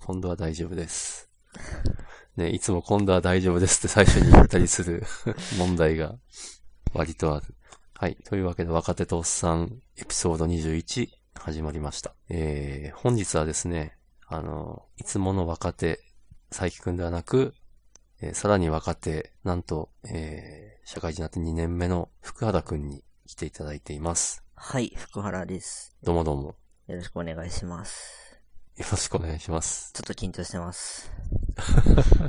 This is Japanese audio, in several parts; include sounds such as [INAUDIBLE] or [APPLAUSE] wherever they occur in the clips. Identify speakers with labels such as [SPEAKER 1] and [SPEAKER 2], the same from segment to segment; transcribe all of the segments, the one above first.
[SPEAKER 1] 今度は大丈夫です。 [LAUGHS] ね、いつも今度は大丈夫ですって最初に言ったりする [LAUGHS] 問題が割とある。はい。というわけで、若手とおっさん、エピソード21、始まりました。えー、本日はですね、あの、いつもの若手、佐伯くんではなく、えーさらに若手、なんと、えー社会人になって2年目の福原くんに来ていただいています。
[SPEAKER 2] はい、福原です。
[SPEAKER 1] どうもどうも。
[SPEAKER 2] よろしくお願いします。
[SPEAKER 1] よろしくお願いします。
[SPEAKER 2] ちょっと緊張してます。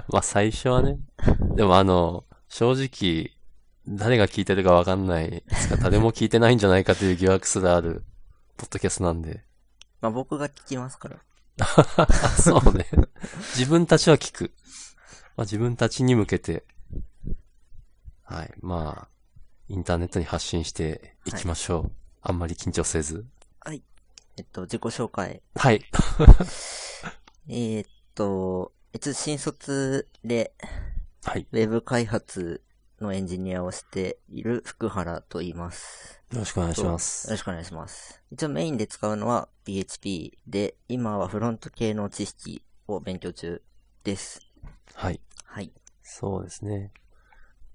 [SPEAKER 1] まあ最初はね、でもあの、正直、誰が聞いてるかわかんないです [LAUGHS] か、誰も聞いてないんじゃないかという疑惑すらある、ポッドキャストなんで。
[SPEAKER 2] まあ、僕が聞きますから。
[SPEAKER 1] あそうね。自分たちは聞く。まあ自分たちに向けて、はい、まあ、インターネットに発信していきましょう。あんまり緊張せず。
[SPEAKER 2] えっと、自己紹介。
[SPEAKER 1] はい。
[SPEAKER 2] えーっと、一応新卒で
[SPEAKER 1] はい。
[SPEAKER 2] ウェブ開発のエンジニアをしている福原と言います。
[SPEAKER 1] よろしくお願いしま
[SPEAKER 2] よろ
[SPEAKER 1] す。
[SPEAKER 2] しくお願いします。一応メインで使うのは PHP で、今はフロント系の知識を勉強中です。
[SPEAKER 1] はい。
[SPEAKER 2] はい。
[SPEAKER 1] そうですね。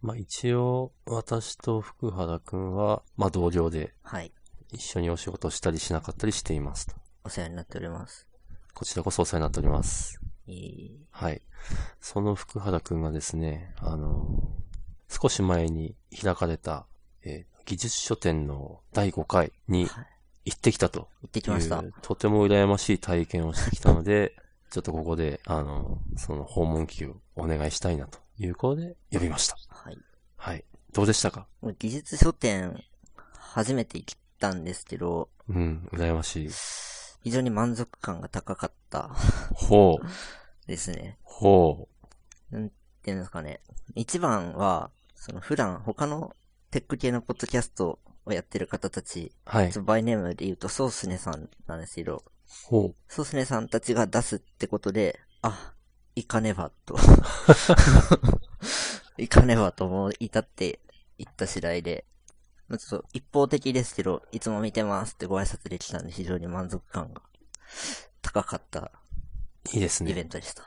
[SPEAKER 1] まあ一応、私と福原くんは、まあ同僚で
[SPEAKER 2] はい。
[SPEAKER 1] 一緒にお仕事したりしなかったりしていますと。
[SPEAKER 2] お世話になっております。
[SPEAKER 1] こちらこそお世話になっております。
[SPEAKER 2] えー、
[SPEAKER 1] はい。その福原くんがですね、あの、少し前に開かれた、えー技術書店の第5回に
[SPEAKER 2] はい
[SPEAKER 1] 行ってきたと
[SPEAKER 2] 行ってき
[SPEAKER 1] い
[SPEAKER 2] ました
[SPEAKER 1] う。、とても羨ましい体験をしてきたので、 [LAUGHS] ちょっとここで、あの、その訪問記をお願いしたいなということで呼びました。
[SPEAKER 2] はい。
[SPEAKER 1] はい。どうでしたか
[SPEAKER 2] 技術書店、初めて行ったんですけど、
[SPEAKER 1] うん、羨ましい。
[SPEAKER 2] 非常に満足感が高かった
[SPEAKER 1] ほう、
[SPEAKER 2] ですね。
[SPEAKER 1] ほ
[SPEAKER 2] っていうんですかね。一番は、その普段他のテック系のポッドキャストをやってる方たち、
[SPEAKER 1] う。はい
[SPEAKER 2] ち。ょバイネームで言うとソースネさんなんですけど、
[SPEAKER 1] ほ
[SPEAKER 2] ソースネさんたちが出すってことで、あ、行かねばと。行かねばと思い至って行った次第で、まあちょっと一方的ですけど、いつも見てますってご挨拶できたんで非常に満足感が高かった
[SPEAKER 1] う。いいです
[SPEAKER 2] イベ
[SPEAKER 1] ね。
[SPEAKER 2] ントでした。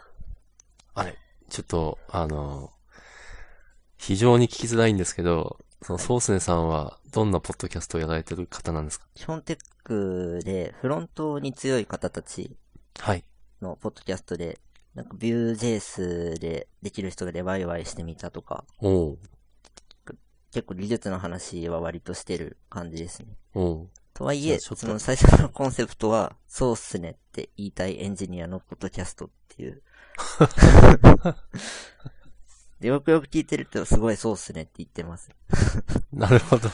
[SPEAKER 1] あれ、ちょっと、あの、非常に聞きづらいんですけど、そのソースネさんはどんなポッドキャストをやられてる方なんですか
[SPEAKER 2] 基本テックでフロントに強い方たち
[SPEAKER 1] はい。
[SPEAKER 2] のポッドキャストで、なんか Vue.js でできる人でワイワイしてみたとか、
[SPEAKER 1] おう、
[SPEAKER 2] 結構技術の話は割としてる感じですね。
[SPEAKER 1] おう。
[SPEAKER 2] とはい
[SPEAKER 1] じゃあ
[SPEAKER 2] え、
[SPEAKER 1] ちょっと
[SPEAKER 2] その最初のコンセプトは、そうっすねって言いたいエンジニアのポッドキャストって
[SPEAKER 1] [LAUGHS]
[SPEAKER 2] いう。で、よくよく聞いてるとすごいそうっすねって言ってます。
[SPEAKER 1] なる [LAUGHS] ほど。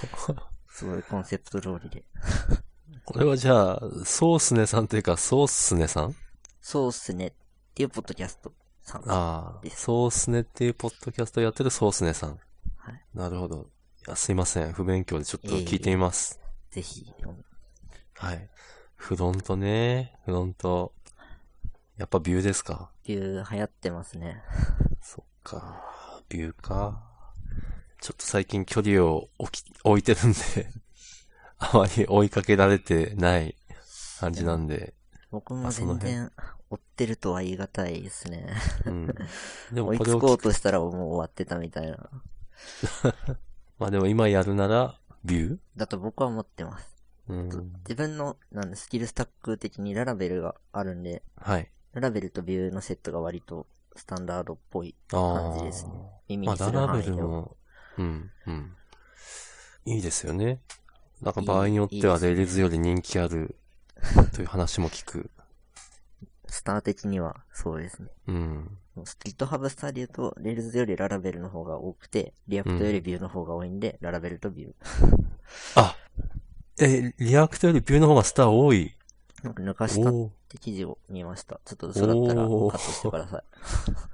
[SPEAKER 2] すごいコンセプト通りで。
[SPEAKER 1] これはじゃあ、ソースネさんというか、ソースネさん
[SPEAKER 2] そうっすねっていうポッドキャストさん。
[SPEAKER 1] ああ、ソースネっていうポッドキャストをやってるソースネさん。
[SPEAKER 2] はい
[SPEAKER 1] なるほど。いやすいません。不勉強でちょっと聞いてみます。
[SPEAKER 2] ぜひ。
[SPEAKER 1] はい。フロントね。フロント。やっぱビューですか
[SPEAKER 2] ビュー流行ってますね。
[SPEAKER 1] そっか。ビューか。ちょっと最近距離を置き、置いてるんで、 [LAUGHS] あまり追いかけられてない感じなんで。
[SPEAKER 2] 僕
[SPEAKER 1] あ
[SPEAKER 2] も
[SPEAKER 1] その
[SPEAKER 2] 全
[SPEAKER 1] 辺
[SPEAKER 2] 然追ってるとは言い難いですね。
[SPEAKER 1] うん。で
[SPEAKER 2] 追
[SPEAKER 1] も
[SPEAKER 2] い
[SPEAKER 1] これ
[SPEAKER 2] つ
[SPEAKER 1] を
[SPEAKER 2] こ
[SPEAKER 1] 聞
[SPEAKER 2] う
[SPEAKER 1] く、
[SPEAKER 2] としたらもう終わってたみたいな。
[SPEAKER 1] まあでも今やるなら、ビュー
[SPEAKER 2] だと僕は思ってます。
[SPEAKER 1] うん。
[SPEAKER 2] 自分のなんだスキルスタック的にララベルがあるんで、
[SPEAKER 1] はい。
[SPEAKER 2] ララベルとビューのセットが割とスタンダードっぽい
[SPEAKER 1] あ
[SPEAKER 2] 感じですね
[SPEAKER 1] ー。
[SPEAKER 2] 耳
[SPEAKER 1] まあ
[SPEAKER 2] にす
[SPEAKER 1] ダ
[SPEAKER 2] る
[SPEAKER 1] ラ
[SPEAKER 2] 範
[SPEAKER 1] ベ
[SPEAKER 2] 囲で
[SPEAKER 1] ル
[SPEAKER 2] は。
[SPEAKER 1] も、うん、うん。いいですよね。なんか場合によってはい
[SPEAKER 2] いいいですね
[SPEAKER 1] レールズより人気あるという話も聞く。
[SPEAKER 2] スター的にはそうですね。
[SPEAKER 1] うん。
[SPEAKER 2] GitHub スターで言うと、レールズよりララベルの方が多くて、リアクトよりビューの方が多いんで、ララベルとビュー。
[SPEAKER 1] あえ、リアクトよりビューの方がスター多い。
[SPEAKER 2] なんか抜かしたっ
[SPEAKER 1] おー
[SPEAKER 2] て記事を見ました。ちょっと嘘だったらカットしてください。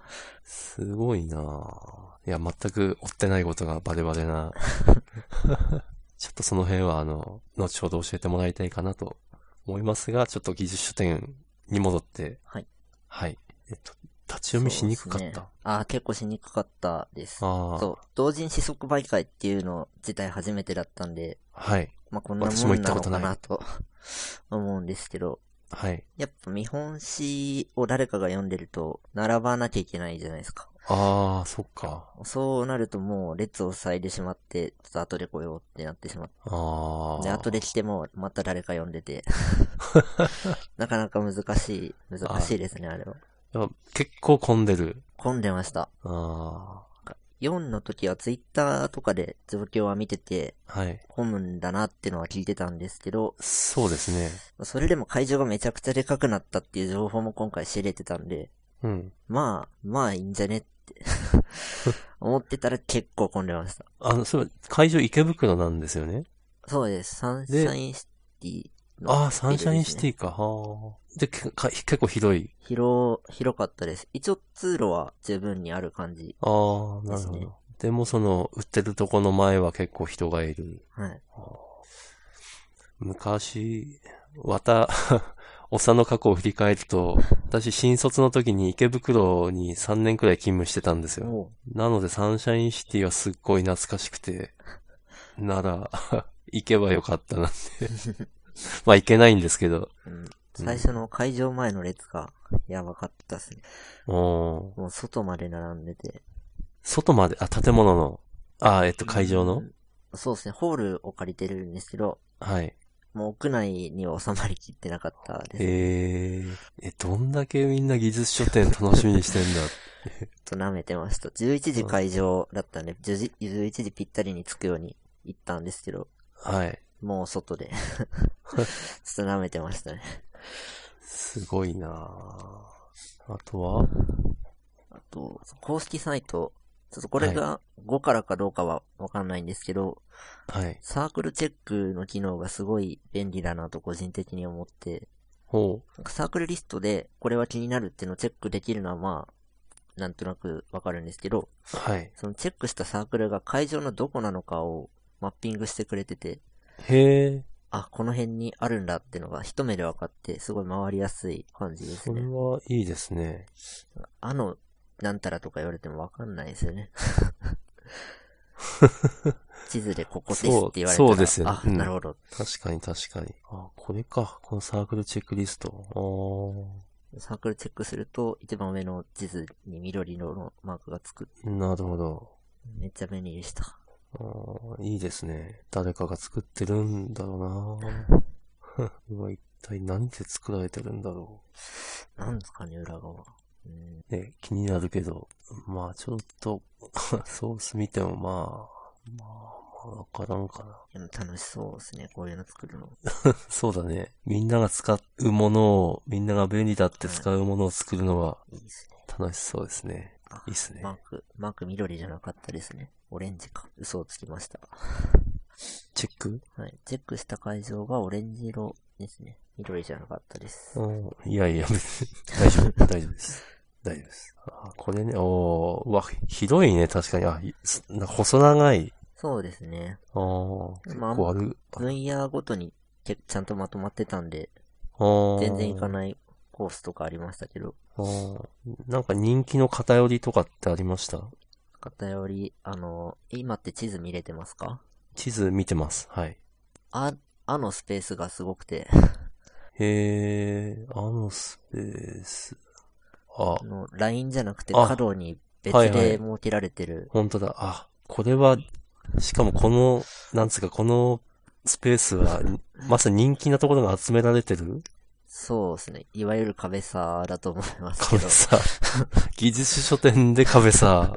[SPEAKER 1] すごいなぁ。いや、全く追ってないことがバレバレ
[SPEAKER 2] [LAUGHS]
[SPEAKER 1] な。ちょっとその辺は、あの、後ほど教えてもらいたいかなと思いますが、ちょっと技術書店に戻って。
[SPEAKER 2] はい。
[SPEAKER 1] はい。えっと、立ち読みしにくかっ
[SPEAKER 2] そうです
[SPEAKER 1] た。
[SPEAKER 2] ねああ、結構しにくかったです。
[SPEAKER 1] ああ。
[SPEAKER 2] そう。同人誌即売会っていうの自体初めてだったんで、
[SPEAKER 1] はい。
[SPEAKER 2] まあ、こんな
[SPEAKER 1] 私
[SPEAKER 2] も
[SPEAKER 1] も
[SPEAKER 2] ん
[SPEAKER 1] 行った
[SPEAKER 2] な
[SPEAKER 1] こ
[SPEAKER 2] の
[SPEAKER 1] とな
[SPEAKER 2] か
[SPEAKER 1] い
[SPEAKER 2] なと思うんですけど、
[SPEAKER 1] はい。
[SPEAKER 2] やっぱ見本詩を誰かが読んでると、並ばなきゃいけないじゃないですか。
[SPEAKER 1] ああ、そっか。
[SPEAKER 2] そうなるともう列を塞いでしまって、ちょっと後で来ようってなってしまって、
[SPEAKER 1] ああ。
[SPEAKER 2] で、後で来てもまた誰か読んでて、なかなか難しい、難しいですね、あれは。
[SPEAKER 1] やっぱ結構混んでる。
[SPEAKER 2] 混んでました。
[SPEAKER 1] あ
[SPEAKER 2] 4の時はツイッターとかで状況は見てて、
[SPEAKER 1] あ。はい。
[SPEAKER 2] 混むんだなってのは聞いてたんですけど、
[SPEAKER 1] そうですね。
[SPEAKER 2] それでも会場がめちゃくちゃでかくなったっていう情報も今回知れてたんで、
[SPEAKER 1] うん。
[SPEAKER 2] まあ、まあいいんじゃねって
[SPEAKER 1] [LAUGHS]
[SPEAKER 2] 思ってたら結構混んでました。
[SPEAKER 1] あの、そう、会場池袋なんですよね。
[SPEAKER 2] そうです。サンシ
[SPEAKER 1] で
[SPEAKER 2] ャインシティの
[SPEAKER 1] ああ、サンシャインシテ
[SPEAKER 2] ィ。
[SPEAKER 1] ィか。はあ。で、けか結構広い。
[SPEAKER 2] 広、広かったです。一応通路は十分にある感じ。
[SPEAKER 1] ああ、なる
[SPEAKER 2] です
[SPEAKER 1] ほど。で
[SPEAKER 2] ね
[SPEAKER 1] もその、売ってるとこの前は結構人がいる。
[SPEAKER 2] はい。
[SPEAKER 1] 昔、わた、 [LAUGHS] おさの過去を振り返ると、私新卒の時に池袋に3年くらい勤務してたんですよ。
[SPEAKER 2] も
[SPEAKER 1] なのでサンシャインシティはすっごい懐かしくて、なら、 [LAUGHS] 行けばよかった
[SPEAKER 2] [LAUGHS]
[SPEAKER 1] なって。まあ行けないんですけど。
[SPEAKER 2] う、うん。最初の会場前の列がやばかったですね。
[SPEAKER 1] うん
[SPEAKER 2] もう外まで並んでて。
[SPEAKER 1] 外まで、あ、建物の、あ、えっと会場の、
[SPEAKER 2] そうですね。ホールを借りてるんですけど、
[SPEAKER 1] はい。
[SPEAKER 2] もう屋内には収まりきってなかったです。ちょ
[SPEAKER 1] えー、え、どんだけみんな技術書店楽しみにしてんだ。
[SPEAKER 2] っと舐めてました。11時会場だったんで、10時11時ぴったりに着くように行ったんですけど、
[SPEAKER 1] [LAUGHS] はい。
[SPEAKER 2] もう外 [LAUGHS] で。ちょっと舐めてましたね。
[SPEAKER 1] すごいなぁあとは
[SPEAKER 2] あと、公式サイト、ちょっとこれが5からかどうかはわかんないんですけど、
[SPEAKER 1] はい。
[SPEAKER 2] サークルチェックの機能がすごい便利だなと個人的に思って、
[SPEAKER 1] ほ
[SPEAKER 2] なんかサークルリストでこれは気になるっていうのをチェックできるのはまあ、なんとなくわかるんですけど、
[SPEAKER 1] う。はい。
[SPEAKER 2] そのチェックしたサークルが会場のどこなのかをマッピングしてくれてて、
[SPEAKER 1] へえ。
[SPEAKER 2] あ、この辺にあるんだっていうのが一目で分かって、すごい回りやすい感じです
[SPEAKER 1] それ
[SPEAKER 2] ね。
[SPEAKER 1] はいいですね。
[SPEAKER 2] あの、なんたらとか言われても分かんないですよ
[SPEAKER 1] [LAUGHS]
[SPEAKER 2] ね。地図でここですって言われたら
[SPEAKER 1] そうそうですよね
[SPEAKER 2] あ、
[SPEAKER 1] うん
[SPEAKER 2] なるほど。
[SPEAKER 1] 確かに確かに。あ、これか。このサークルチェックリスト。お
[SPEAKER 2] サークルチェックすると、一番上の地図に緑色のマークがつく。
[SPEAKER 1] ーなるほど。
[SPEAKER 2] めっちゃ便利でした。
[SPEAKER 1] あーいいですね。誰かが作ってるんだろうな [LAUGHS] 今一体何で作られてるんだろ
[SPEAKER 2] なんですかね、裏側。うん、
[SPEAKER 1] う。ね、気になるけど。まあちょっと、 [LAUGHS] ソース見てもまあ、まあ、まあ、わからんかな。
[SPEAKER 2] でも楽しそうですね、こういうの作るの。
[SPEAKER 1] そうだね。みんなが使うものを、みんなが便利だって使うものを作るのはい
[SPEAKER 2] いですね。
[SPEAKER 1] 楽しそうですね。
[SPEAKER 2] あ
[SPEAKER 1] いいっすね
[SPEAKER 2] マーク、マーク緑じゃなかったですね。オレンジか。嘘をつきました。
[SPEAKER 1] チェック
[SPEAKER 2] はい。チェックした会場がオレンジ色ですね。緑じゃなかったです。
[SPEAKER 1] いやいや、別に大丈夫、大丈夫です。大丈夫です。あこれね、おーうわ、広いね、確かに。あ、いすなんか細長い。
[SPEAKER 2] そうですね。
[SPEAKER 1] あー結
[SPEAKER 2] まあ
[SPEAKER 1] 構ある。
[SPEAKER 2] 分野ごとに結ちゃんとまとまってたんで、
[SPEAKER 1] あー
[SPEAKER 2] 全然行かないコースとかありましたけど、
[SPEAKER 1] あーなんか人気の偏りとかってありました
[SPEAKER 2] 偏り、あの、今って地図見れてますか
[SPEAKER 1] 地図見てます。はい。
[SPEAKER 2] あ、あのスペースがすごくて、
[SPEAKER 1] へー、あのスペース。あ
[SPEAKER 2] あ、の、ラインじゃなくて
[SPEAKER 1] あ
[SPEAKER 2] 角に別
[SPEAKER 1] はいはい
[SPEAKER 2] で設けられてる、
[SPEAKER 1] 本当だ。あ、これは、しかもこの、なんつうか、このスペースは、まさに人気なところが集められてる
[SPEAKER 2] そうですね。いわゆる壁さだと思いますけ
[SPEAKER 1] 壁
[SPEAKER 2] ど、
[SPEAKER 1] さ。技術書店で壁さ。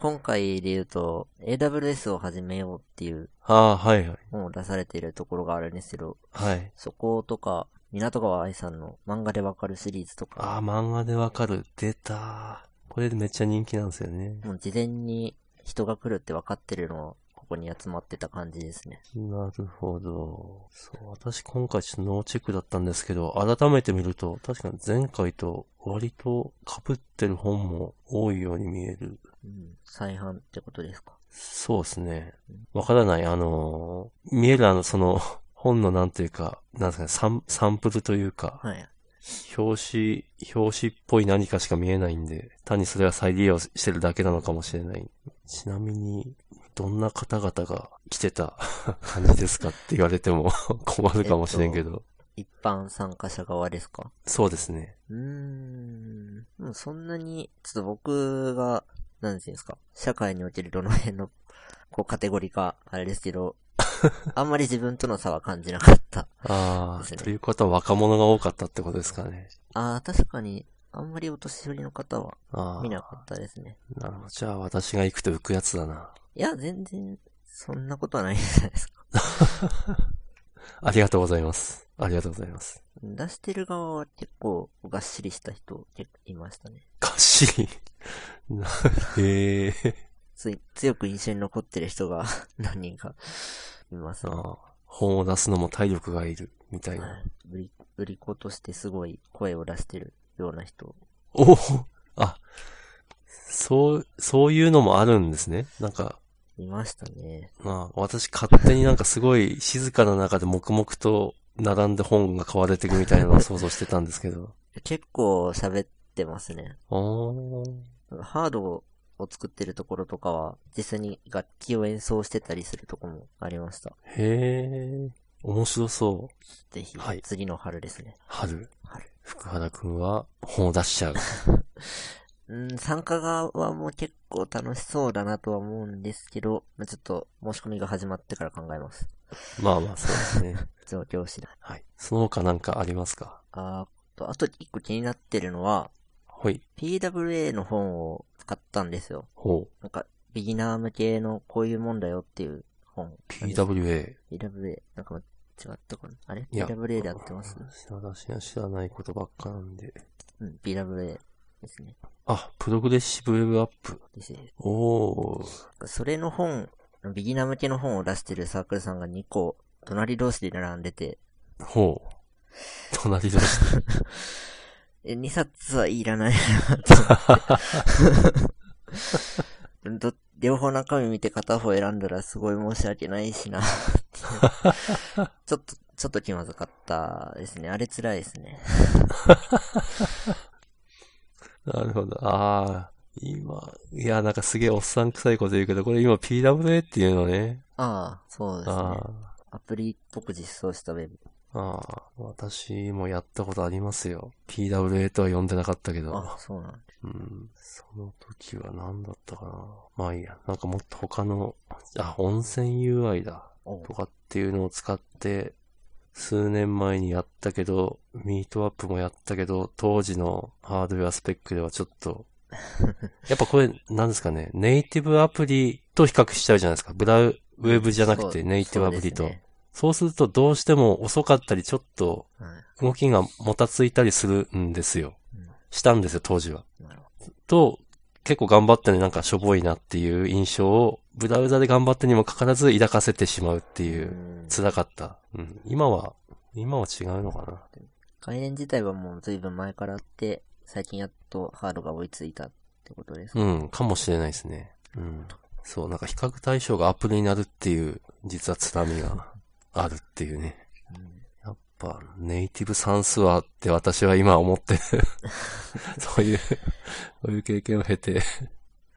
[SPEAKER 2] 今回で言うと、AWS を始めようっていう
[SPEAKER 1] ああ、はいはい。
[SPEAKER 2] 本を出されているところがあるんですけど、
[SPEAKER 1] はい。
[SPEAKER 2] そことか、港川愛さんの漫画でわかるシリーズと
[SPEAKER 1] あ
[SPEAKER 2] か、
[SPEAKER 1] あ、漫画でわかる。出た。これめっちゃ人気なんですよね。
[SPEAKER 2] もう事前に人が来るって分かってるのを、ここに集まってた感じですね。
[SPEAKER 1] なるほど。そう、私今回ちょっとノーチェックだったんですけど、改めて見ると、確かに前回と割と被ってる本も多いように見える。
[SPEAKER 2] うん。再販ってことですか。
[SPEAKER 1] そうですね。わからない。あのー見えるあの、その、本のなんていうか、なんですかね、サンサンプルというか、
[SPEAKER 2] はい。
[SPEAKER 1] 表紙、表紙っぽい何かしか見えないんで、単にそれは再利用してるだけなのかもしれない。ちなみに、どんな [LAUGHS] 方々が来てた感じですかって言われても困るかもしれんけど。
[SPEAKER 2] 一般参加者側ですか
[SPEAKER 1] そうですね。
[SPEAKER 2] うーん。でもそんなに、ちょっと僕が、なんていうんですか、社会におけるどの辺の、 [LAUGHS] こう、カテゴリーか、あれですけ [LAUGHS] ど、あんまり自分との差は感じなかった。
[SPEAKER 1] あ
[SPEAKER 2] です
[SPEAKER 1] あ、
[SPEAKER 2] ね
[SPEAKER 1] ということは若者が多かったってことですかね。
[SPEAKER 2] ああ、確かに、あんまりお年寄りの方は
[SPEAKER 1] ああ
[SPEAKER 2] 見、なかったですね。
[SPEAKER 1] なるほど。じゃあ私が行くと浮くやつだな。
[SPEAKER 2] いや、全然、そんなことはないじゃないですか。
[SPEAKER 1] ありがとうございます。ありがとうございます。
[SPEAKER 2] 出してる側は結構、がっしりした人、結構いましたね。
[SPEAKER 1] かっしり。 [LAUGHS] なへえ。
[SPEAKER 2] つい、強く印象に残ってる人が [LAUGHS] 何人かいますね。
[SPEAKER 1] ああ、本を出すのも体力がいる、みたいな。
[SPEAKER 2] 売り、売り子としてすごい声を出してるような人。
[SPEAKER 1] おおあ、そう、そういうのもあるんですね。なんか、
[SPEAKER 2] いましたね。
[SPEAKER 1] まあ、私勝手になんかすごい静かな中で黙々と並んで本が買われていくみたいなのを想像してたんですけ [LAUGHS] ど。
[SPEAKER 2] 結構喋ってますね。
[SPEAKER 1] おー。
[SPEAKER 2] ハードを作ってるところとかは、実際に楽器を演奏してたりするとこもありました。
[SPEAKER 1] へえ。面白そう。
[SPEAKER 2] ぜひ
[SPEAKER 1] はい、
[SPEAKER 2] 次の春ですね。
[SPEAKER 1] 春。
[SPEAKER 2] 春
[SPEAKER 1] 福原くんは本を出しちゃう。
[SPEAKER 2] うん、参加側も結構楽しそうだなとは思うんですけど、まあちょっと申し込みが始まってから考えます。
[SPEAKER 1] まあまあ、そうですね。
[SPEAKER 2] 状況次第。
[SPEAKER 1] はい。その他なんかありますか
[SPEAKER 2] あーと、あと一個気になってるのは、
[SPEAKER 1] ほい。
[SPEAKER 2] PWA の本を使ったんですよ。
[SPEAKER 1] ほう。
[SPEAKER 2] なんか、ビギナー向けのこういうもんだよっていう本。
[SPEAKER 1] PWA。
[SPEAKER 2] PWA。なんか違ったかなあれ
[SPEAKER 1] いや
[SPEAKER 2] ?PWA で合ってます
[SPEAKER 1] 私は知らないことばっかなんで。
[SPEAKER 2] うん、PWA ですね。
[SPEAKER 1] あ、プログレッシブウェブアップ。
[SPEAKER 2] ですね
[SPEAKER 1] おー。
[SPEAKER 2] それの本、ビギナー向けの本を出してるサークルさんが2個、隣同士で並んでて、
[SPEAKER 1] ほう。隣同士。 [LAUGHS]
[SPEAKER 2] え、2冊はいらないなと
[SPEAKER 1] [LAUGHS]
[SPEAKER 2] 思って。ど両方中身見て片方選んだらすごい申し訳ないしな
[SPEAKER 1] [LAUGHS]
[SPEAKER 2] っていう。ちょっと、ちょっと気まずかったですね。あれ辛いですね。
[SPEAKER 1] なるほど。あー。今、いや、なんかすげえおっさん臭いこと言うけど、これ今 PWA っていうのね。
[SPEAKER 2] ああ、そうですね。
[SPEAKER 1] あー。
[SPEAKER 2] アプリっぽく実装したウェブ。
[SPEAKER 1] ああ、私もやったことありますよ。PWA とは呼んでなかったけど
[SPEAKER 2] あ、。そうなんだ。
[SPEAKER 1] うん。その時は何だったかな。まあいいや。なんかもっと他の、あ、温泉 UI だ。
[SPEAKER 2] おう
[SPEAKER 1] とかっていうのを使って、数年前にやったけど、ミートアップもやったけど、当時のハードウェアスペックではちょっ
[SPEAKER 2] [LAUGHS]
[SPEAKER 1] と、やっぱこれ、なんですかね、ネイティブアプリと比較しちゃうじゃないですか。ブラウ、ウェブじゃなく
[SPEAKER 2] そ
[SPEAKER 1] て
[SPEAKER 2] う
[SPEAKER 1] ネイティブアプリと。そう
[SPEAKER 2] そ
[SPEAKER 1] う,、
[SPEAKER 2] ですね
[SPEAKER 1] するとどうしても遅かったり、ちょっと
[SPEAKER 2] はい
[SPEAKER 1] 動きがもたついたりするんですよ
[SPEAKER 2] うん。
[SPEAKER 1] したんですよ、当時は。
[SPEAKER 2] なるほ
[SPEAKER 1] と、結構頑張ってね、なんかしょぼいなっていう印象を、ブラウザで頑張ってにもかかわらず抱かせてしまうっていう。
[SPEAKER 2] どうん
[SPEAKER 1] 辛かった。うん。今は、今は違うのかな。
[SPEAKER 2] 概念自体はもう随分前からあって、最近やっとハードが追いついたってことですか、
[SPEAKER 1] うん、かもしれないですね。うん。そう、なんか比較対象がアプリになるっていう、実は辛み [LAUGHS] があるっていうね。
[SPEAKER 2] うん
[SPEAKER 1] やっぱ、ネイティブ算数はって私は今思 [LAUGHS] ってる。そういう、そういう経験を経て。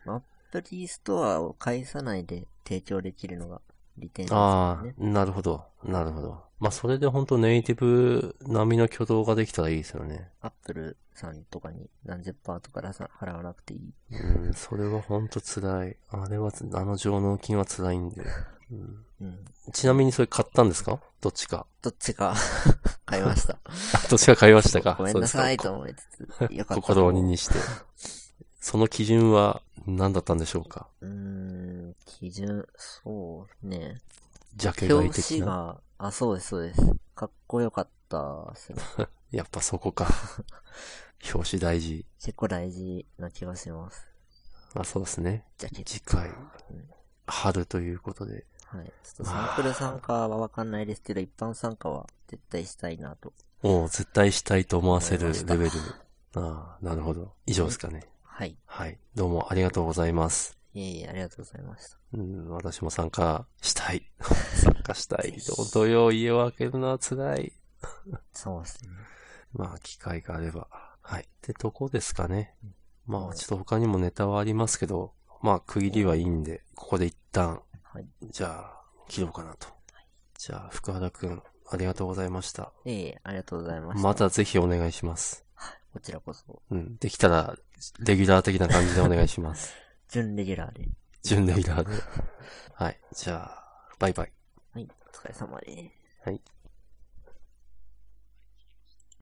[SPEAKER 2] アプリストアを介さないで提供できるのが利点です
[SPEAKER 1] あ
[SPEAKER 2] よ
[SPEAKER 1] あ
[SPEAKER 2] ね。、
[SPEAKER 1] なるほど。なるほど。まあ、それで本当ネイティブ並みの挙動ができたらいいですよね。
[SPEAKER 2] アップルさんとかに何十パーとか出さ払わなくていい。
[SPEAKER 1] うん、それは本当辛い。あれは、あの上納金は辛いんで。うん
[SPEAKER 2] うん。
[SPEAKER 1] ちなみにそれ買ったんですかどっちか。 [LAUGHS]
[SPEAKER 2] どっちか [LAUGHS] 買いました。
[SPEAKER 1] あどっちか買いま [LAUGHS] したか。
[SPEAKER 2] ごめんなさい
[SPEAKER 1] そ
[SPEAKER 2] と
[SPEAKER 1] う
[SPEAKER 2] 思いつつ、よ
[SPEAKER 1] ですか。
[SPEAKER 2] かった。
[SPEAKER 1] 心鬼にして。その基準は何だったんでしょうか
[SPEAKER 2] うーん、基準、そうね。
[SPEAKER 1] ジャケ買い
[SPEAKER 2] 表
[SPEAKER 1] 的
[SPEAKER 2] 紙
[SPEAKER 1] な。
[SPEAKER 2] が、あ、そうです、そうです。かっこよかったっすね。
[SPEAKER 1] やっぱそこか。 [LAUGHS] 表紙大事。
[SPEAKER 2] 結構大事な気がします。
[SPEAKER 1] あ、そうですね。
[SPEAKER 2] じゃあ、結
[SPEAKER 1] 次回、春ということで。
[SPEAKER 2] 構、はい。ちょっとサークル参加はわかんないですけど、一般参加は絶対したいなと。
[SPEAKER 1] もう絶対したいと思わせるレベ
[SPEAKER 2] 思いま
[SPEAKER 1] ル
[SPEAKER 2] した。
[SPEAKER 1] ああ、なるほど。以上ですかね。
[SPEAKER 2] はい。
[SPEAKER 1] はい。どうもありがとうございます。
[SPEAKER 2] いえいえ、ありがとうございました。
[SPEAKER 1] うん、私も参加したい。 [LAUGHS] 参加したい。土曜家を開けるのは辛い。
[SPEAKER 2] そうですね。
[SPEAKER 1] まあ、機会があれば。はい。ってとこですかね。ま
[SPEAKER 2] は
[SPEAKER 1] あ、
[SPEAKER 2] い
[SPEAKER 1] ちょっと他にもネタはありますけど、まあ、区切りはいいんで、ここで一旦、
[SPEAKER 2] はい。
[SPEAKER 1] じゃあ、切ろうかなと。じゃあ、福原くん、ありがとうございました。
[SPEAKER 2] ええありがとうございました。
[SPEAKER 1] またぜひお願いします。
[SPEAKER 2] こちらこそ、
[SPEAKER 1] うん。できたら、レギュラー的な感じでお願いします。
[SPEAKER 2] 準レギュラーで。
[SPEAKER 1] 準レギュラーで。はい。じゃあ、バイバイ。
[SPEAKER 2] はい、お疲れ様です。
[SPEAKER 1] はい。